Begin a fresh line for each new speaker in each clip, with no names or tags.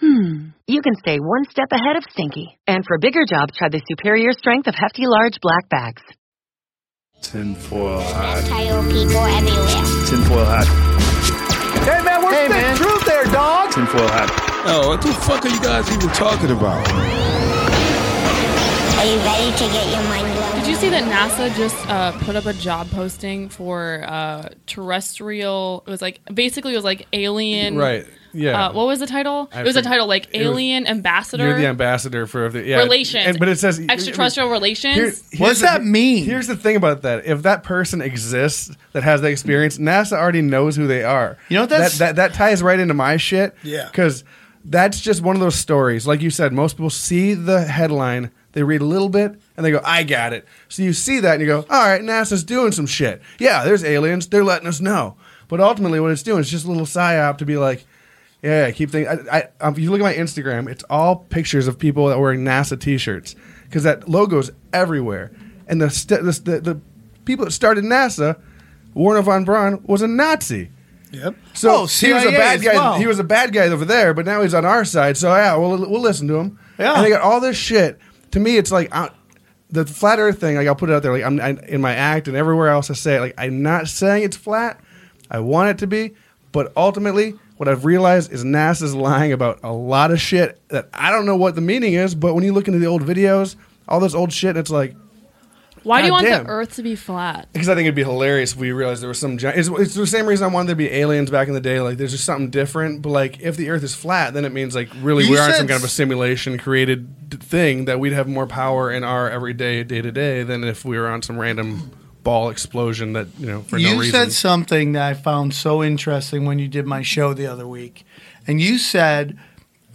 hmm, you can stay one step ahead of stinky. And for bigger jobs, try the superior strength of Hefty Large Black Bags.
Tinfoil hat.
Tail people everywhere.
Tinfoil hat.
Hey man, where's the truth there, dog?
Tinfoil hat.
Yo, what the fuck are you guys even talking about?
Are you ready to get your mind blown?
Did you see that NASA just uh, put up a job posting for uh, terrestrial? It was like basically it was like alien.
Right. Yeah.
Uh, what was the title?
I
it was a
forget-
title like
it was-
Alien Ambassador
You're the ambassador for the yeah,
Relations.
and- but it says
Extraterrestrial Relations.
Here-
What
here's
does
the-
that mean?
Here's the thing about that: if that person exists that has the experience, NASA already knows who they are.
You know what that's-
that that, that ties right into my shit.
Yeah.
because that's just one of those stories. Like you said, most people see the headline, they read a little bit, and they go, "I got it." So you see that, and you go, "All right, NASA's doing some shit." Yeah, there's aliens. They're letting us know. But ultimately, what it's doing is just a little psyop to be like, yeah, I keep thinking. I, I, um, if you look at my Instagram, it's all pictures of people that are wearing NASA T-shirts because that logo's everywhere. And the, st- the, the the people that started NASA, Werner von Braun was a Nazi.
Yep.
So
Oh,
he was a
CIA
bad
as
guy.
well.
He was a bad guy over there, but now he's on our side. So yeah, we'll we'll listen to him.
Yeah.
And they got all this shit. To me, it's like I, the flat Earth thing. Like I'll put it out there. Like I'm I, in my act and everywhere else I say it. Like I'm not saying it's flat. I want it to be, but ultimately, what I've realized is NASA's lying about a lot of shit that I don't know what the meaning is. But when you look into the old videos, all this old shit, it's like
Why do you want
Goddamn.
the Earth to be flat?
because I think it'd be hilarious if we realized there was some. Giant, it's, it's the same reason I wanted there to be aliens back in the day. Like, there's just something different. But like, if the Earth is flat, then it means like really
You
we aren't some
said-
kind of a simulation created d- thing that we'd have more power in our everyday day to day than if we were on some random ball explosion that you know for
you
no reason.
said something that I found so interesting when you did my show the other week, and you said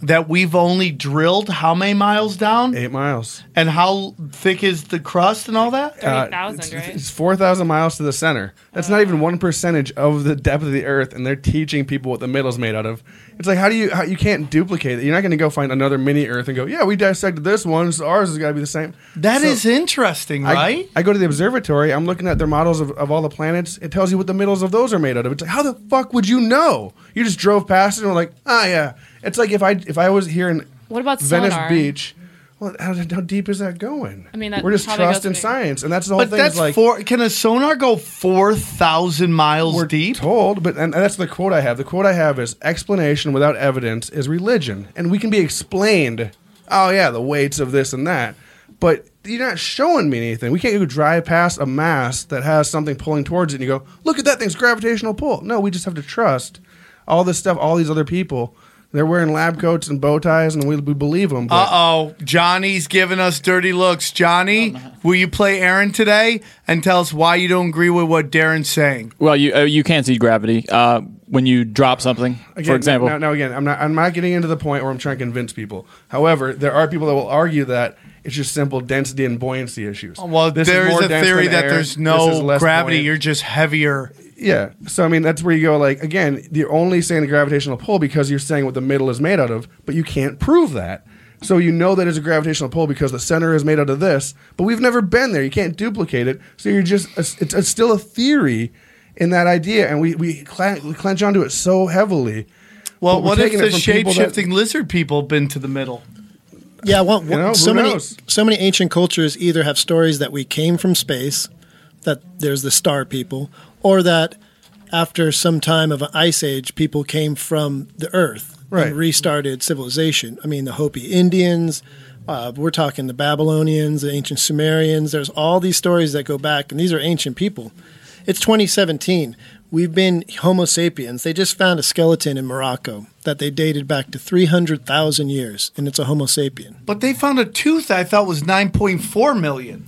that we've only drilled how many miles down,
Eight miles.
and how thick is the crust and all that?
Uh,
Thirty thousand,
it's,
right?
it's four thousand miles to the center. That's not even one percentage of the depth of the Earth, and they're teaching people what the middle's made out of. It's like how do you how, you can't duplicate it. You're not going to go find another mini Earth and go, yeah, we dissected this one, so ours has got to be the same.
That
So
is interesting,
I,
right?
I go to the observatory. I'm looking at their models of, of all the planets. It tells you what the middles of those are made out of. It's like how the fuck would you know? You just drove past it and were like, ah, yeah. It's like if I if I was here in
What about
Venice
sonar?
Beach. Well, how, how deep is that going?
I mean, that
we're just
probably goes
trusting
to-
science, and that's the whole
but
thing. is
that's
like,
four. Can a sonar go four thousand miles
we're
deep?
told, but and that's the quote I have. The quote I have is explanation without evidence is religion, and we can be explained. Oh yeah, the weights of this and that, but you're not showing me anything. We can't go drive past a mass that has something pulling towards it, and you go, look at that thing's gravitational pull. No, we just have to trust all this stuff. All these other people, they're wearing lab coats and bow ties, and we, we believe them.
Uh oh, Johnny's giving us dirty looks. Johnny, will you play Aaron today and tell us why you don't agree with what Darren's saying?
Well, you uh, you can see gravity uh, when you drop something.
Again,
for example,
Now, now again, I'm not I'm not getting into the point where I'm trying to convince people. However, there are people that will argue that it's just simple density and buoyancy issues.
Well,
This is
there is
more
a
dense
theory
than
that
air,
there's
this is
no
less
gravity.
buoyant.
You're just heavier.
yeah. So I mean, that's where you go. Like again, you're only saying the gravitational pull because you're saying what the middle is made out of, but you can't prove that. So you know that it's a gravitational pull because the center is made out of this, but we've never been there. You can't duplicate it. So you're just it's, it's still a theory in that idea, and we we, clen- we clench onto it so heavily.
Well,
But we're
what if
taking it
the
from people
shape
that-
shifting lizard people been to the middle?
Yeah, well,
You know,
so
who
many
knows?
so many ancient cultures either have stories that we came from space, that there's the star people, or that after some time of an ice age, people came from the earth
Right.
and restarted civilization. I mean, the Hopi Indians. Uh, we're talking the Babylonians, the ancient Sumerians. There's all these stories that go back, and these are ancient people. It's 2017. We've been Homo sapiens. They just found a skeleton in Morocco that they dated back to 300,000 years, and it's a Homo sapien.
But they found a tooth that I thought was 9.4 million.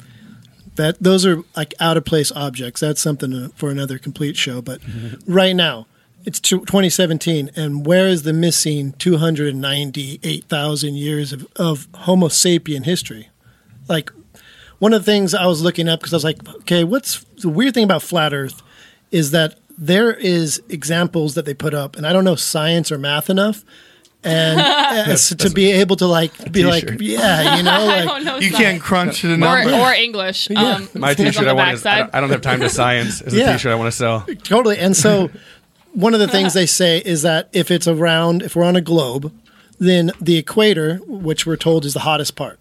That those are like out of place objects. That's something uh, for another complete show. But right now, it's tw- 2017, and where is the missing 298,000 years of, of Homo sapien history? Like, one of the things I was looking up because I was like, okay, what's the weird thing about flat Earth is that there is examples that they put up, and I don't know science or math enough, and as to be able to like be like,
t-shirt.
yeah, you know,
I
like
don't know.
You
science.
can't crunch the
Or,
number.
or English. Um,
My
it's on
T-shirt
the
I want is I
backside.
don't, I don't have time to science. Is
Yeah.
a T-shirt I want to sell.
Totally. And so one of the things they say is that if it's around, if we're on a globe, then the equator, which we're told is the hottest part,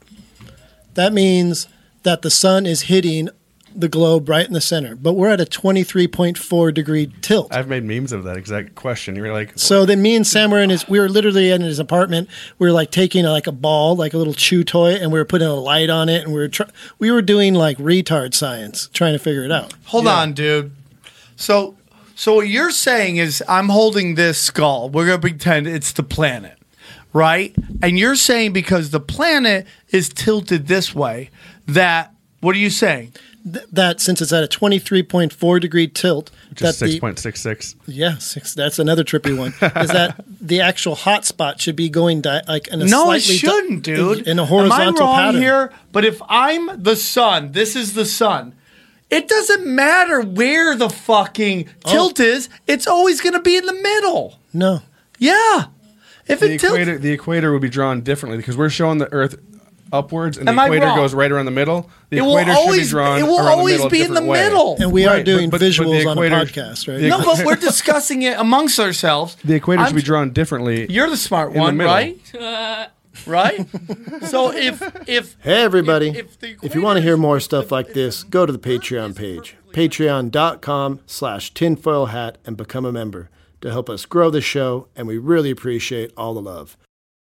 that means that the sun is hitting the globe right in the center. But we're at a 23.4 degree tilt.
I've made memes of that exact question. You're like,
So then me and Sam were in his, we were literally in his apartment. We were like taking like a ball, like a little chew toy, and we were putting a light on it. And we were, try- we were doing like retard science, trying to figure it out.
Hold on, dude. So, so what you're saying is I'm holding this skull. We're gonna pretend it's the planet, right? And you're saying because the planet is tilted this way, that what are you saying?
that since it's at a 23.4 degree tilt, that
just
the
six point six six.
yeah, six, that's another trippy one. is that the actual hot spot should be going di- like in a
No, it
slightly di-
shouldn't, dude.
in a horizontal
Am I wrong
pattern.
here? But if I'm the sun, this is the sun. It doesn't matter where the fucking tilt is. It's always gonna be in the middle.
Oh. No,
Yeah. If
The
it tilts,
equator, the equator would be drawn differently because we're showing the Earth upwards, and the
Am I
equator
wrong?
goes right around the middle. The
it will
equator should be
always
drawn.
it will
around the
always
middle a
be in the
different way.
middle.
and we
Right,
are doing
but- but- but
visuals
the
on a
equator-
podcast,
the
right?
No, but we're discussing it amongst ourselves.
The equator
I'm-
should be drawn differently.
You're the smart
the
one,
middle.
right? right. So if if
Hey, everybody.
If- if
If,
the
you want to hear
equators-
more stuff like this, go to the Patreon page, patreon.com slash tinfoil hat, and become a member to help us grow the show, and we really appreciate all the love.